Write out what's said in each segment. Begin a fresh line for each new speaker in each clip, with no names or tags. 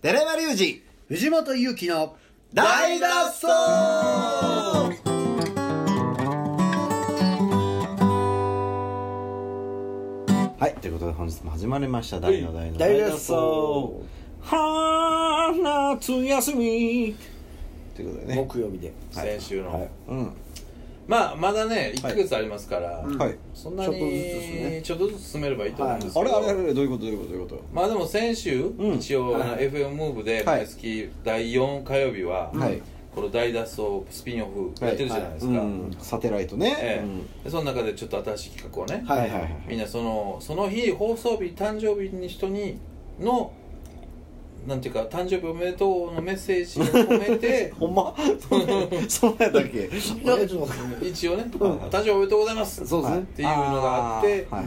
寺山隆
二藤本勇樹の
二大脱走はいということで本日も始まりました大の大の
大脱
脱
走
走はー夏休みということでね
木曜日で
先週の、
はい
うん
まあまだね1ヶ月ありますから、
はい
そんな
ちょっとずつですね
にちょっとずつ進めればいいと思うんです
あ
け
れ
ど、
あれあれどういうことどういうことどういうこと
まあでも先週、
ん
一応、
はい
FM ムーブで
はい
毎月第4火曜日は、
はい
この大脱走スピンオフ
はい
やってるじゃないです
う
か、
んサテライトね、
ええ
うん
でその中でちょっと新しい企画をね、
はい
はいはいはい
みんなそのその日放送日誕生日に人にのなんていうか誕生日おめでとうのメッセージを込め て
ほんまそんなそんなんやったっけ
なんかちょっと
一応ね「誕生日おめでとうございます」
そうですね
っていうのがあって
はい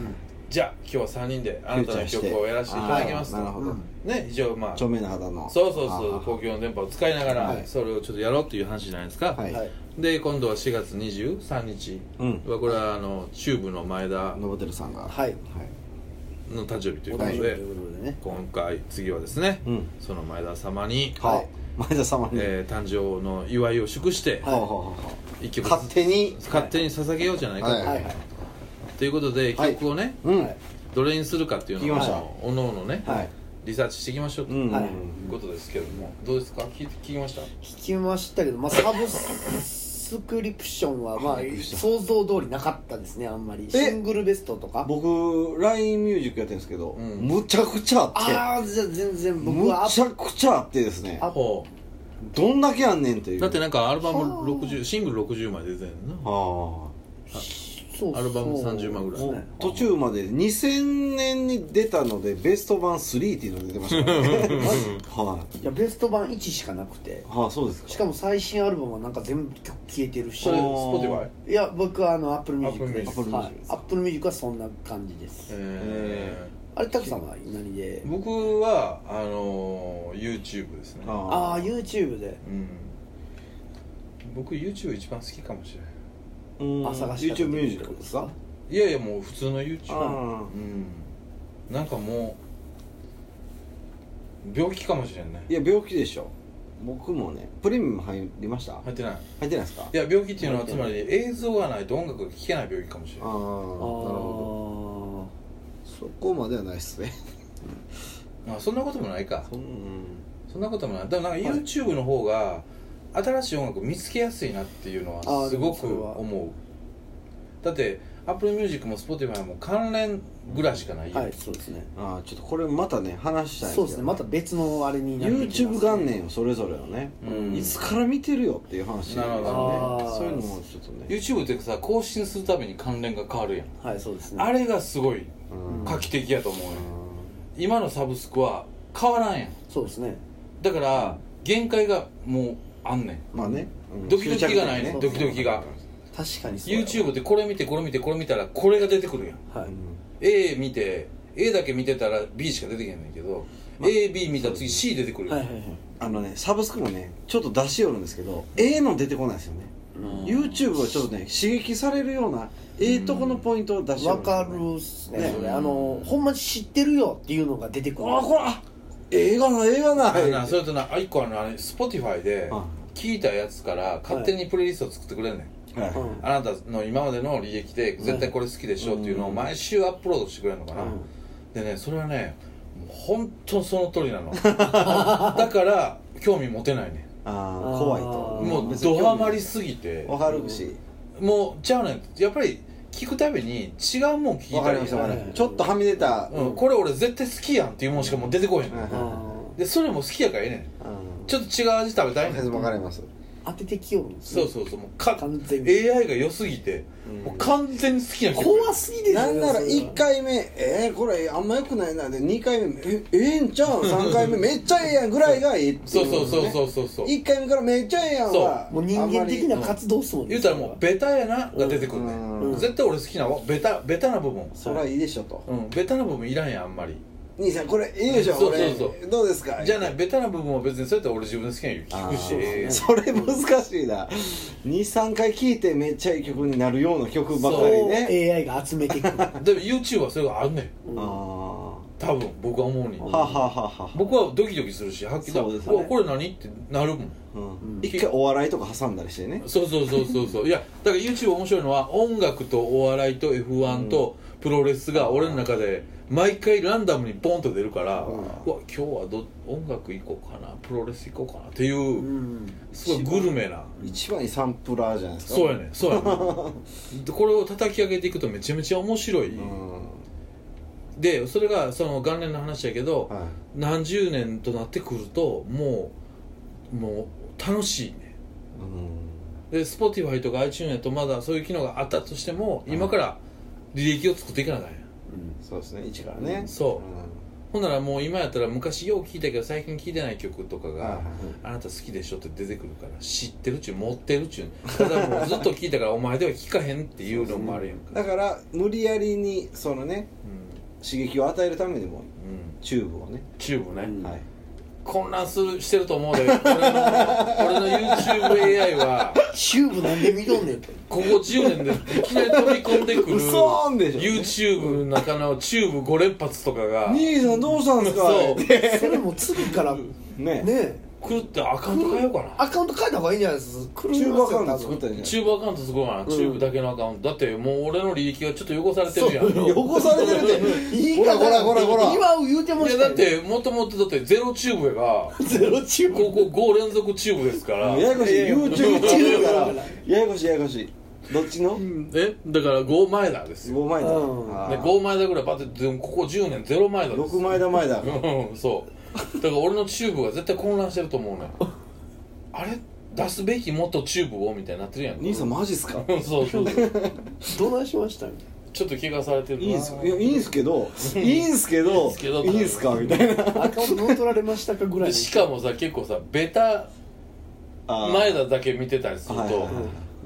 じゃあ今日は3人であなたの曲をやらせていただきます
あーなるほど、
ね非常にまあ
著
そう
名な肌の
そうそ
あ
う公共の電波を使いなが
は
ら
い
それをちょっとやろうっていう話じゃないですか、
ーはい、
はい
で今度は4月23日
うん
はこれはあのチューブの前田
ノボテルさんがは
はい
の誕生日という
お
こ
誕
と
生日
で、
ということでね
今回次はですね、
うん
その前田様に、
は
はいい、
前田様に、
えー誕生の祝いを祝して、
はあはあはあは
一
あ
曲
勝手に
勝手に捧げようじゃないかと、
はい
はいはい
ということで
はい
曲をね、
うん
はい
どれにするかっていう
聞き
の
ました
をおのおのね、
はい
リサーチしていきましょうと、
うん、
はい
いうことですけどもどうですか聞い聞きました
聞きましたけどまあサブスクリプションはまあ想像通りなかったですねあんまりシングルベストとか
僕 LINE ミュージックやってるんですけど、
ん
むちゃくちゃあって
ああじゃあ全然僕
む
は
ちゃくちゃあってですね
あ
ほ
どんだけあんねんという
うだってなんかアルバム60シングル60枚出てんのな
は
そうそう
アルバム30万ぐ
あ
らい
も
そう
う
ですね
途中まで2000年に出たのでベスト版3っていうのが出てましたから ねはい
いやベスト版1しかなくて
はあそうですか
しかも最新アルバムはなんか全部曲消えてるし
それ
あ
Spotify?
いや僕はあのアップルミュージックです
Apple Music
はいアップルミュージックはそんな感じです、
え
あれタクさんは何で
ー、僕はあのー、YouTube ですね
ああ YouTube で
うん僕 YouTube 一番好きかもしれない
うん
あ探した
YouTube ミュージックですか
いやいやもう普通の YouTube
あー
うんなんかもう病気かもしれんね
いや病気でしょ僕もねプレミアム入りました入
入ってない
ってないですか
いや病気っていうのはつまり映像がないと音楽が聴けない病気かもしれ
ああ
ない
あ
ほど
ー
そこまではないっすね
あそんなこともないか
そん
そんなこともないでもなんか YouTube の方が新しい音楽見つけやすいなっていうの
あ
は
ー
す
で
ご
もそ
く
れは
思うだって Apple Music も Spotify も関連ぐらいしかないよ、
はいそうですね
ああちょっとこれまたね話したいん
そうですねまた別のあれになってき
YouTube
ます
元年をそれぞれのね、
うん
いつから見てるよっていう話
なるほど
なんですよねそ
あー
ういうのもちょっとね
YouTube ってさ更新するたびに関連が変わるやん
はいそうですね
あれがすごい
うん
画期的やと思うよ、今のサブスクは変わらんやん
そうですね
だから限界がもうあんねん
まあね、うん
ドキドキがない
執着点
ね
そう
ドキドキが
確かにそうやわ
YouTube ってこれ見てこれ見てこれ見たらこれが出てくるやん
はい
A 見て A だけ見てたら B しか出てけんねんけど、AB 見たら次 C 出てくるや
は
ん、
いはいはい
あのねサブスクもねちょっと出しよるんですけどええの出てこないですよね、YouTube はちょっとね刺激されるようなええとこのポイントを出しよる
わ
んですよ
か
ね、
るっすね
ね
それあのほんまに知ってるよっていうのが出てくる
あこれあ映画な映画な
あのなそれとなあ一個あのあれ Spotify で
うん
聞いたやつから勝手にプレイリストを作ってくれんねん、
はい
うん
あなたの今までの履歴で絶対これ好きでしょっていうのを毎週アップロードしてくれるのかな、
うん
でねそれはねもう本当その通りなの だから興味持てないね
あ
あ
ー
ー
怖いと
もうドハマりすぎて
わかるし
もうじゃあねやっぱり聞くたびに違うもん聞
わ
い
か
た
り
り
ますわかりま
は
す
い
ちょっとはみ出た
うん、これ俺絶対好きやんっていうもんしかもう出てこへん、
はい
あ
でそれも好きやからええねん
うん
ちょっと違う味食べたいねん、
わかります
ー当ててきよるんですね
そうそうそうもうか
完全に
AI が良すぎて、もう完全に好きな人
怖すぎでしょ
なんなら
それは
1回目えー、これあんまよくないなで2回目えええん ちゃうん3回目めっちゃええやんぐらいがいいってい
そうそうそう
う
そうそうそう
1回目からめっちゃええやんは
もう人間的
あん
な
まり
活動っすもん
言うたらもうベタやなが出てくるね、
うん
絶対俺好きなわベタベタな部分
そりゃいいでしょと
うんベタな部分いらんやんあんまり
兄さんこれいいでしょ
そう
こ
そう
れ
そう
どうですか
じゃあねベタな部分は別にそうやって俺自分の好きな曲聞くしええ
それ難しいな23回聴いてめっちゃいい曲になるような曲ばかりね
ね AI が集めていく
やんでも YouTube はそれがあるねん
ああ
多分僕は思うに
はあ、はあはあはあ
僕はドキドキするしはっきり
そうですね
うわこれ何?」ってなるもん
うん
うん
一回お笑いとか挟んだりしてね
そうそうそうそうそういやだから YouTube 面白いのは音楽とお笑いと F1 とプロレスが俺の中で毎回ランダムにボンと出るから、う
うん
わ今日はど音楽行こうかなプロレス行こうかなっていううんすごいグルメな
一番にサンプラーじゃないですか
そうやねそうやねでこれを叩き上げていくとめちゃめちゃ面白い、
うん
でそれがその元年の話やけど、
は
何十年となってくるともうもう楽しいね
いうん
で Spotify とか iTunes やとまだそういう機能があったとしても今から履歴を作っていかなあかんやん
そうですね一からね
そうんほんならもう今やったら昔よう聴いたけど最近聴いてない曲とか
はいは
が
い
「あなた好きでしょ」って出てくるから知ってるっちゅう持ってるっちゅうただもうずっと聴いたからお前では聴かへんっていうのもあるやんか
だから無理やりにそのね刺激を与えるために
うん
も
うん
チューブをね、
チューブね、
うん
はい
混乱するしてると思うで俺の俺の YouTubeAI は
チューブなんで見とんねんと
ここ10年でいきなり飛び込んでくる
嘘んでしょ
YouTube の中のチューブ5連発とかが
兄さんどうしたんですか
そう
それも次からね
ね
え
狂ってアカウント変えようかな
アカウント変えた方がいいんじゃないですか
チューブアカウント作ったたんじゃない
チューブアカウントすごいかな、チューブだけのアカウントだってもう俺の履歴がちょっと汚されてるやん
そうよ
汚されて るって
いい
ほらほらほらほら
今を言うてま
いや
した
だ
よ
ってもともとだってゼロチューブやが
ゼロチューブ
ここ5連続チューブですから
ややこしい YouTube チューブ から
いや
ややこしいややこしいどっちの
えだから5前だですよ
5枚だ
うん
あ
で
ー
5前だぐらいバッてでもここ10年0前だです
6枚だ前だ
うんそうだから俺のチューブが絶対混乱してると思うねあれ出すべきもっとチューブをみたいになってるやん
兄さんマジっすか
うんそうそうそう
どないしました
ちょっと怪我されてる
い
ない
んすいやいいんすけどいいんすけ
いいん
ど
すけど
いいんすかみたいな
アカウント乗っ取られましたかぐらい
でしかもさ結構さベタ
あー
前田だけ見てたりする
はい
と
はいはい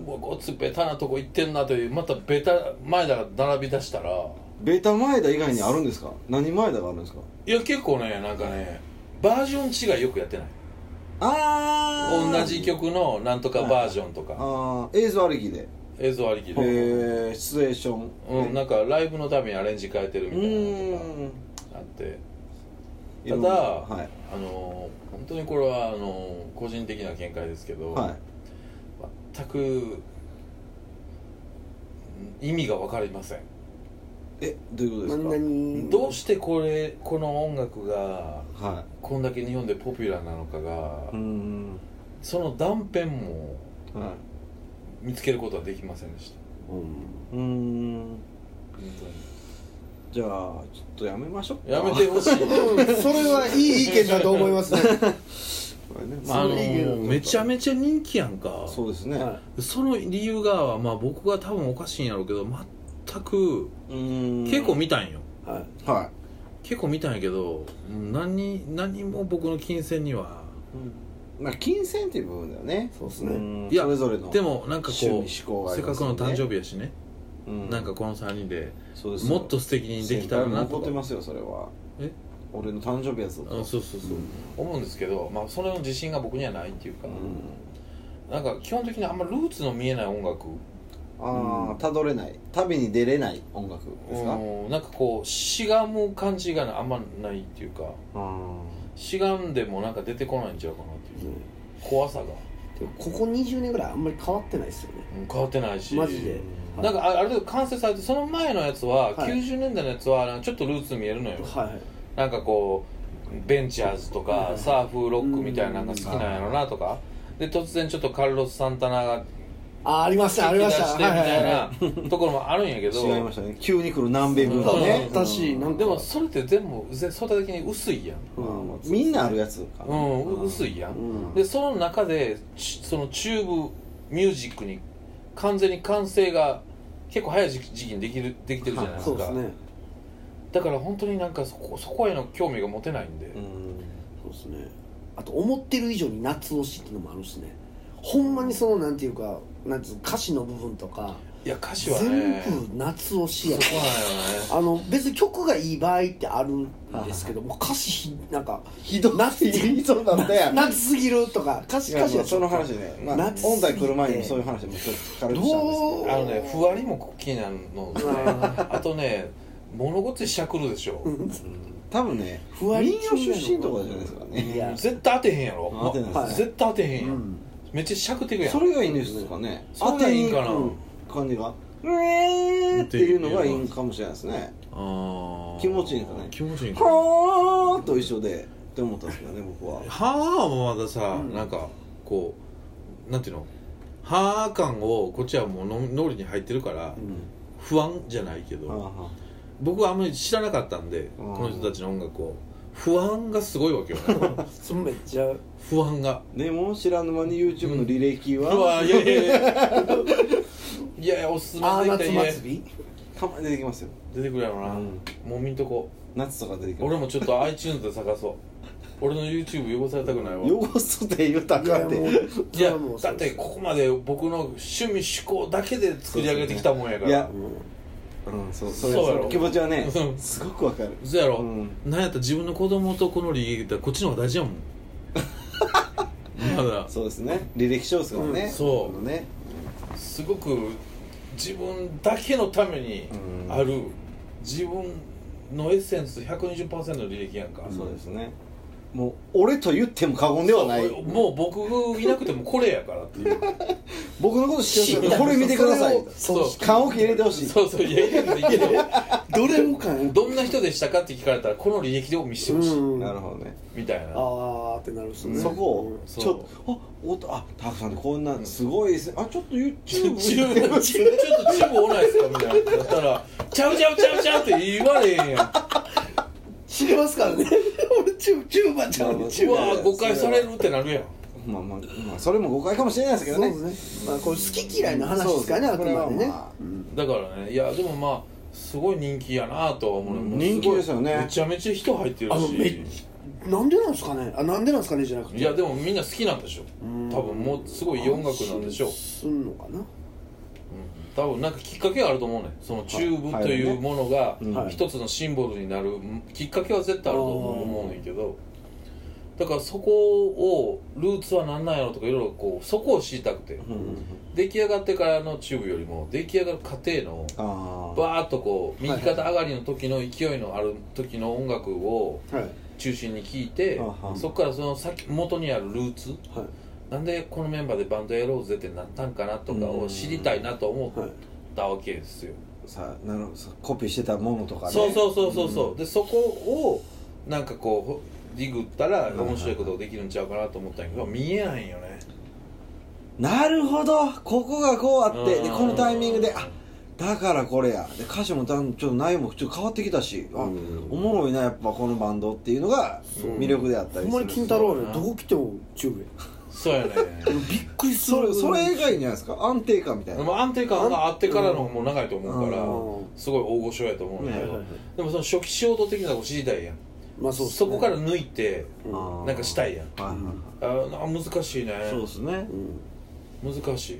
う
わこいつベタなとこ行ってんなというまたベタ前田が並び出したら
ベタ前だ以外にあるんですか何前だがあるんですか
いや結構ねなんかねバージョン違いよくやってない
あー
同じ曲のなんとかバージョンとか
あー映像ありきで
映像ありき
え
で
ーシチュエーション
うんなんかライブのためにアレンジ変えてる
う
みたいなのとか
ーん
あって
い
た
ろ
だ
ん、なはい
あのー本当にこれはあのー個人的な見解ですけど、
はい
全くうん意味が分かりません、
えどういうこと
何
です
々
どうしてこれこの音楽が
かは
こんだけ日本でポピュラーなのかが、
いうーん
その断片も
はい
見つけることはできませんでした
うーん
本
じゃあちょっとやめましょう
当にやめてほしい
うんそれはいい意見だと思いますね
これね
まああの
それいいけど
ーめちゃめちゃ人気やんか
そうですね、
は
その理由が、まあ、僕が多分おかしいんやろうけど全く
うーん
結構見たんよ、
いはい
は、
結構見たんやけどうん何何も僕の金銭にはい
まあ金銭っていう部分だよね
そうです
う
ね
ん
いや
それぞれの
でもなんか
趣味
こう、
嗜好があ
せ
り
っ
ま
か
す
く
よね
の誕生日やしね、
う
なんかこの3人で
そうですよ
もっと素敵にできたらな
先輩も怒
と
って
か
ますよそれは
え
俺の誕生日やつだ
あそう
と
そうそう、思うんですけど、まあ、それの自信が僕にはないっていうか、なんか基本的にあんまルーツの見えない音楽
ああたどれない旅に出れない音楽ですか
うんなんかこうしがむ感じがあんまないっていうか
あ
しがんでもなんか出てこないんちゃうかなっていう怖さが、
でもここ20年ぐらいあんまり変わってないですよね
うん変わってないし
マジで
うん
なんかあある程度完成されてその前のやつは、
はい
90年代のやつはなんかちょっとルーツ見えるのよ
はい
なんかこうベンチャーズとかサーフロックみたいなのが好きなんやろなとかで突然ちょっとカルロス・サンタナが
あありましたあり
出
ま
し
してた
み
はいはい
たい
はい
なところもあるんやけど
違いましたね急に来る南米文化ね
うん私なんか
でもそれって全部ぜ相対的に薄いやん
うんまあみんなあるやつか
う
なん
う薄いや
うんん
でその中でちそのチューブミュージックに完全に完成が結構早い時期時期にできるできてるじゃないですか
そうですね
だから本当になんかそこそこへの興味が持てないんで、
うん
そうですねあと思ってる以上に夏推しっていうのもあるしねほんまにそのなんていうかなんていうの歌詞の部分とか
いや歌詞は
全
ね
部夏推しや
そこなんよね
あの別に曲がいい場合ってあるんですけどもう歌詞ひなんか
ひどなって言いそうだったやん
夏すぎるとか歌詞
いや
歌詞
ま
が
あその話ね、まあ、
夏すぎて
音大来る前にもそういう話もちょっと聞かれてたんですけ
ど
ど
う
あのねふわりも気になるのねあとね物ごっついしゃくるでしょ、
多分ね
ふわり
民
中
謡
なの
出身とかじゃないですかね
いや
絶対当てへんやろ
当てない
ですね
絶対当てへんやん、
うん
めっちゃしゃくってくやん
それがいいんですかね
そ
当
うが
て
い
に
いん
い
かな
く感じがうえーっていうのがいいんかもしれないですね
あー
気持ちいいんかね
気持ちいいんか
はーと一緒でって思ったんですけどね僕は
はあもまださ、
うん
なんかこうなんていうのはあ感をこっちはもうの脳裏に入ってるから
うん
不安じゃないけど、
はあは
僕はあんまり知らなかったんで、
うん
この人たちの音楽を不安がすごいわけよ、ね、
それめっちゃ
不安が
あでも知らぬ間に YouTube の履歴
う
は、
わいやいやいやいやいやおすすめ
ああ
で
夏
きた家
祭り
たまに出てきますよ
出てくるやろな、
うん
もう見んとこ
夏とか出てきます
俺もちょっと iTunes で探そう俺の YouTube 汚されたくないわ
汚すって言うたらあかん
いや
て
もう
いやだってここまで僕の趣味趣向だけで作り上げてきたもんやか
いや
ら
うんそうそれ
そうや
そ
ろ
の気持ちはね
うん
すごくわかる
嘘やろ、
うん
なんやったら自分の子供とこの利益だったらこっちの方が大事 やもんまだ
そうですね履歴書ですからね、
うん
そう
あのね
すごく自分だけのために
うん
ある自分のエッセンス120%の履歴やんか、
そうですねもう俺と言っても過言ではない
そうもう僕いなくてもこれやからっていう
僕のこと知ってますからこれ見てください
そうそう
缶を入れてほし い
そうそういやいやいやいや
どれもかね
どんな人でしたかって聞かれたらこの履歴を見せてほしい、
うん
なるほどね、
みたいな
あーってなるしね
そこを
そう
ちょっとあおとあたくさんこんなすごいですねあちょっと
チューブ
YouTube
ちょっとチューブおないですかみたいなだったら「ちゃうちゃうちゃうちゃう」って言われへんやんうわ
知りますからね俺チューチューバちゃんねチューバ
うわ
ー誤解されるってなるやん
まあまあ、まあ、それも誤解かもしれないですけど
そう
ね
ですねまあこれ好き嫌いの話ですからねあ
そう
く
です
まで
これ
ね
はまあ
だからねいやでもまあすごい人気やなとは思う
うん
もうごい
人気ですよね
めちゃめちゃ人入ってる
あのめっ
し
なんでなんですかねあなんでなんですかねじゃなくて
いやでもみんな好きなんでしょ
ん
多分もうすごいいい音楽なんでしょう
すんのかな
多分なんかきっかけがあると思うねそのチューブというものが
うん
一つのシンボルになるきっかけは絶対あると思うねんけどだからそこをルーツは何なんやろとかいろいろこうそこを知りたくて
うんうんうん
出来上がってからのチューブよりも出来上がる過程の
ああ
バーッとこう右肩上がりの時の勢いのある時の音楽を
はい
中心に聴いて
あは
そこからその先元にあるルーツ
は
なんでこのメンバーでバンドやろうぜってなったんかなとかを知りたいなと思
いはい
ったわけですよ、
さあなるほどさコピーしてたものとかね
そうそうそうそうそう、でそこをなんかこうほディグったら面白いことができるんちゃうかなと思ったんやけど見えないんよね
なるほどここがこうあってで
うん
このタイミングであだからこれやで歌詞もだんちょっと内容もちょっと変わってきたしあお
うん
もろいなやっぱこのバンドっていうのが
う
魅力であっ
ほ
たり
ん
す
ま
る
に金太郎ねどこ来てもチューブ
そうやね
やびっくりす
それ
る
それ以外じゃないですか安定感みた い
で
な
も安定感があってからの方も長いと思うから
うん
すごい大御所やと思うんだけ
はい
ど、
はい
でもその初期衝動的なこと知りたいやん
まあ
そ,、
そうっすね
こから抜いて
あー
なんかしたいやん
はいはいはい
あー難しいね
そうですね
うん
難しい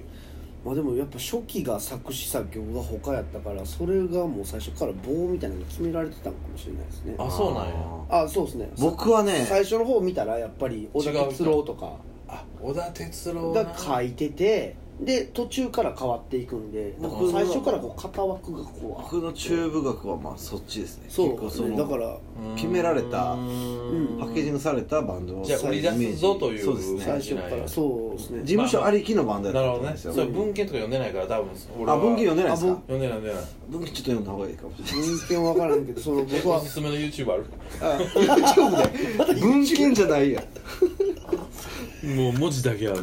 まあでもやっぱ初期が作詞作曲が他やったからそれがもう最初から棒みたいなのが決められてたのかもしれないですね
あそうなんや
あそうですね
僕はね
最初の方見たらやっぱり小田哲郎とか
あ小田哲郎な
が書いててで途中から変わっていくんでだから最初からこう型枠がこう
僕の中部学はまあそっちですね
そう
結構その
だから
決められた
うーん
パッケージングされたバンドを
じゃあ売り出すぞという
そうですね
最初からそうですね
事務所ありきのバンドや
な
っ
るほど
たと思うん
ね
です
そ
よ
れ文献とか読んでないから多分俺は
あ文献読んでないです
あ
か
文
読んでない読んでない
文献ちょっと読んだ方がいいかもしれない
文献わからんけどその僕
お
は
すすめの YouTube ある
文献じゃないやん
もう文字だけある、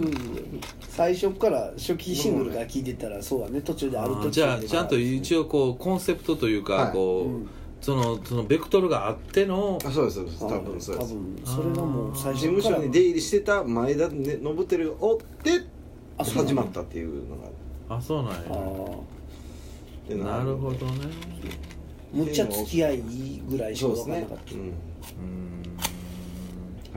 最初から初期シングルから聞いてたらそうだね途中である途中で
じゃあちゃんと一応こうコンセプトというか、
はい
こう、
うん
そのそのベクトルがあっての
あそうですそうです
あ
多分そうです
多分それがもう最
事
初
務
か
所
ら
に出入りしてた前田ね信輝を追って
あそうなの
始まったっていうのが
あそうなん
あ
や
ー
で
なるほどね
むっちゃ付き合いぐらいしか
そう
分か
です
らな
ね
かった
う
う
ーん
ん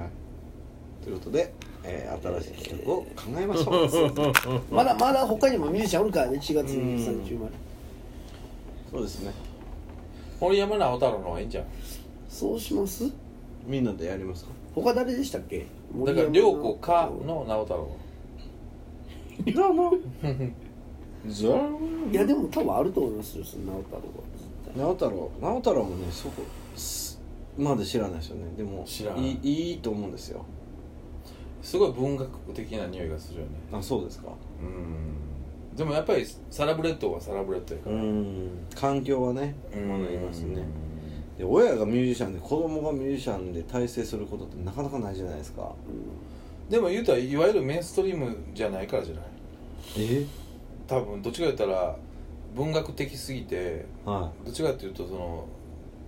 はいということで、えー新しい企画を考えましょ うそう
まだまだ他にもミュージシャンおるからね4月23日生まれ
そうですね
俺山直太郎の方がいいんじゃん
そうします
みんなでやりますか
他誰でしたっけ
だから
森
涼
山
子かの直太郎
どうも
いやでも多分あると思いますよその直太朗は絶
直太朗直太朗もねそこすまで知らないですよねでも
知らない
いいいと思うんですよ
すごい文学的な匂いがするよね
あそうですか
うんでもやっぱりサラブレッドはサラブレッドやか
う
ら
ん環境はね
うん
学びますねで親がミュージシャンで子供がミュージシャンで大成することってなかなかないじゃないですか
でも言うたらいわゆるメインストリームじゃないからじゃない
え
多分どっちか言ったら文学的すぎて
は
どっちかっていうとその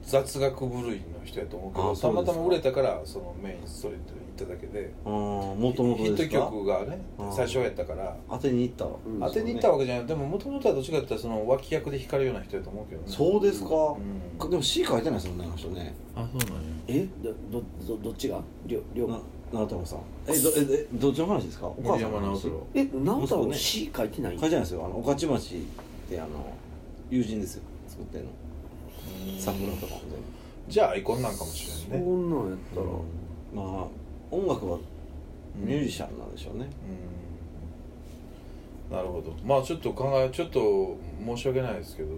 雑学部類の人やと思うけ
あ
ど
そ
た
うで
ます
か
たま売れたからそのメインストリートに行っただけで
いもともと
ヒッ
で
ト
すか
曲がね
うん
最初やったから
当てに行ったわ、
うん
当てに行ったわけじゃないでももともとはどっちかって言ったらその脇役で光るような人やと思うけどね
そうですか、
ん
でも C 書いてないですもんねあの人ね
あそうなんや
えどどどどっちがりょり
な
ょ
直太朗さんえどええどっちの話ですかお母
森
さんの
山直
話
太
書い
朗
え直太
そう
朗
ね
C 書いてない
てないですよあの御徒町ってあの友人ですよ作ってんのサンプルとかも全部
じゃあアイコンなんかもし
そ
れないね
んなんやったら
まあ音楽はミュージシャンなんでしょうね、
うんなるほどまあちょっと考えちょっと申し訳ないですけど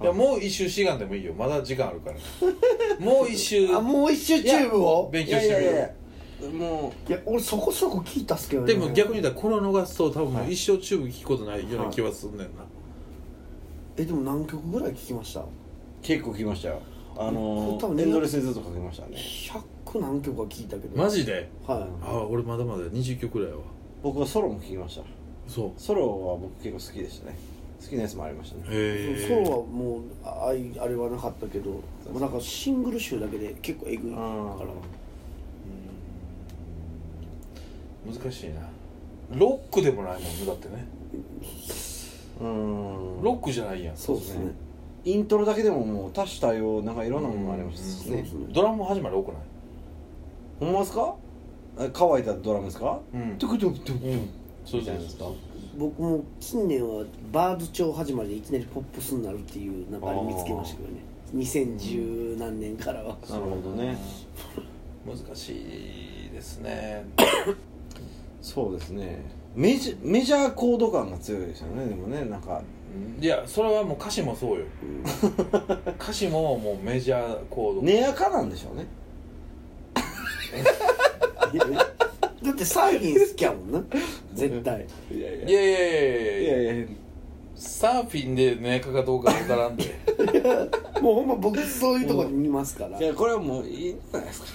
いやもう一周志願でもいいよまだ時間あるからもう一周
あもう一周チューブを
勉強してみよう
いやも
いや俺そこそこ聞いたっすけどね
でも逆に言ったらこれを逃すと多分一生チューブ聞くことないような気はすんねんな、
えでも何曲ぐらい聞きました
う結構聞きましたよあの
多分
エンドレスでずっと書きましたね
100何曲は聞いたけど
マジで
は
ああ俺まだまだ20曲ぐらいは
僕はソロも聞きました
そ
ソロは僕結構好きでしたね好きなやつもありました
う
ね
い
へえ
ソロはもうああいあれはなかったけどまあなんかシングル集だけで結構えぐいだ
あ
から
うん難しいなロックでもないもんねだってね
うん
ロックじゃないやん
そうです
そうで
ね
すイントロだけでももう多種多様なんかいろんなものがありましたし
うん
ね
そうです
ドラム始まり多くない
ほんまですかえ乾いたドラムですか
うん
トゥクトゥクトゥク
うんそう
み
そ
たいうなんですか
そう
僕も近年はバード調始まりでいきなりポップスになるっていうなんかあれ見つけましたけどね2010何年から は
なるほどね
難しいですね
そうですねメジメジャーコード感が強いですよねでもねなんか
いやそれはもう歌詞もそうよ歌詞ももうメジャーコード、
根やかなんでしょうね
だってサーフィン好きやもんな絶対
いやい
いやいやいやいやいや
いやいや
サーフィンでネかかどうかわからんで
もうほんま僕そういうとこに見ますから
いやこれはもういいんじゃないですか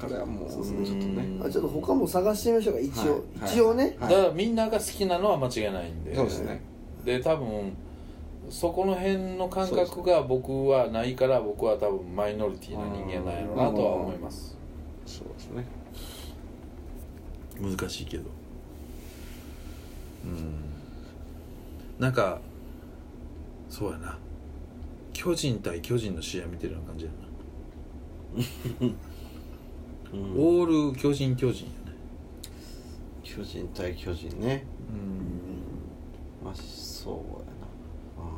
これはもう
そうそう
ちょっとね
ん
あちょっと他も探してみましょうか一応、
はい
一応ね、
は
だ
い
からみんなが好きなのは間違いないんで
そうですね
で多分そこの辺の感覚が僕はないから僕は多分マイノリティな人間なんやろうなとは思います
そうですね
難しいけどうんなんかそうやな巨人対巨人の試合見てるような感じやな、
うん
オール巨人巨人やね
巨人対巨人ね
うん
まあそうや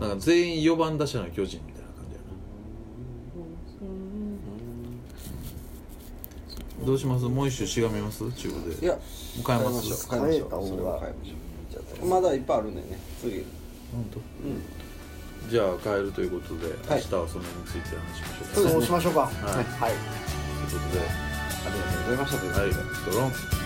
な
なん
あ
か全員4番打者の巨人みたいな感じやなどうしますもう一周しがみます中古
い
で
や
もう買えま
変えましょ
す
う変えましょ
変
う
えた方が
それは変えましょうまだいっぱいあるんでね次
本当
うん
じゃあ変えるということで、
はい
明日はそのについて話しましょうか
そうしましょうか
はい
はい
ということで
ありがとうございましたということで
はいドロン
はい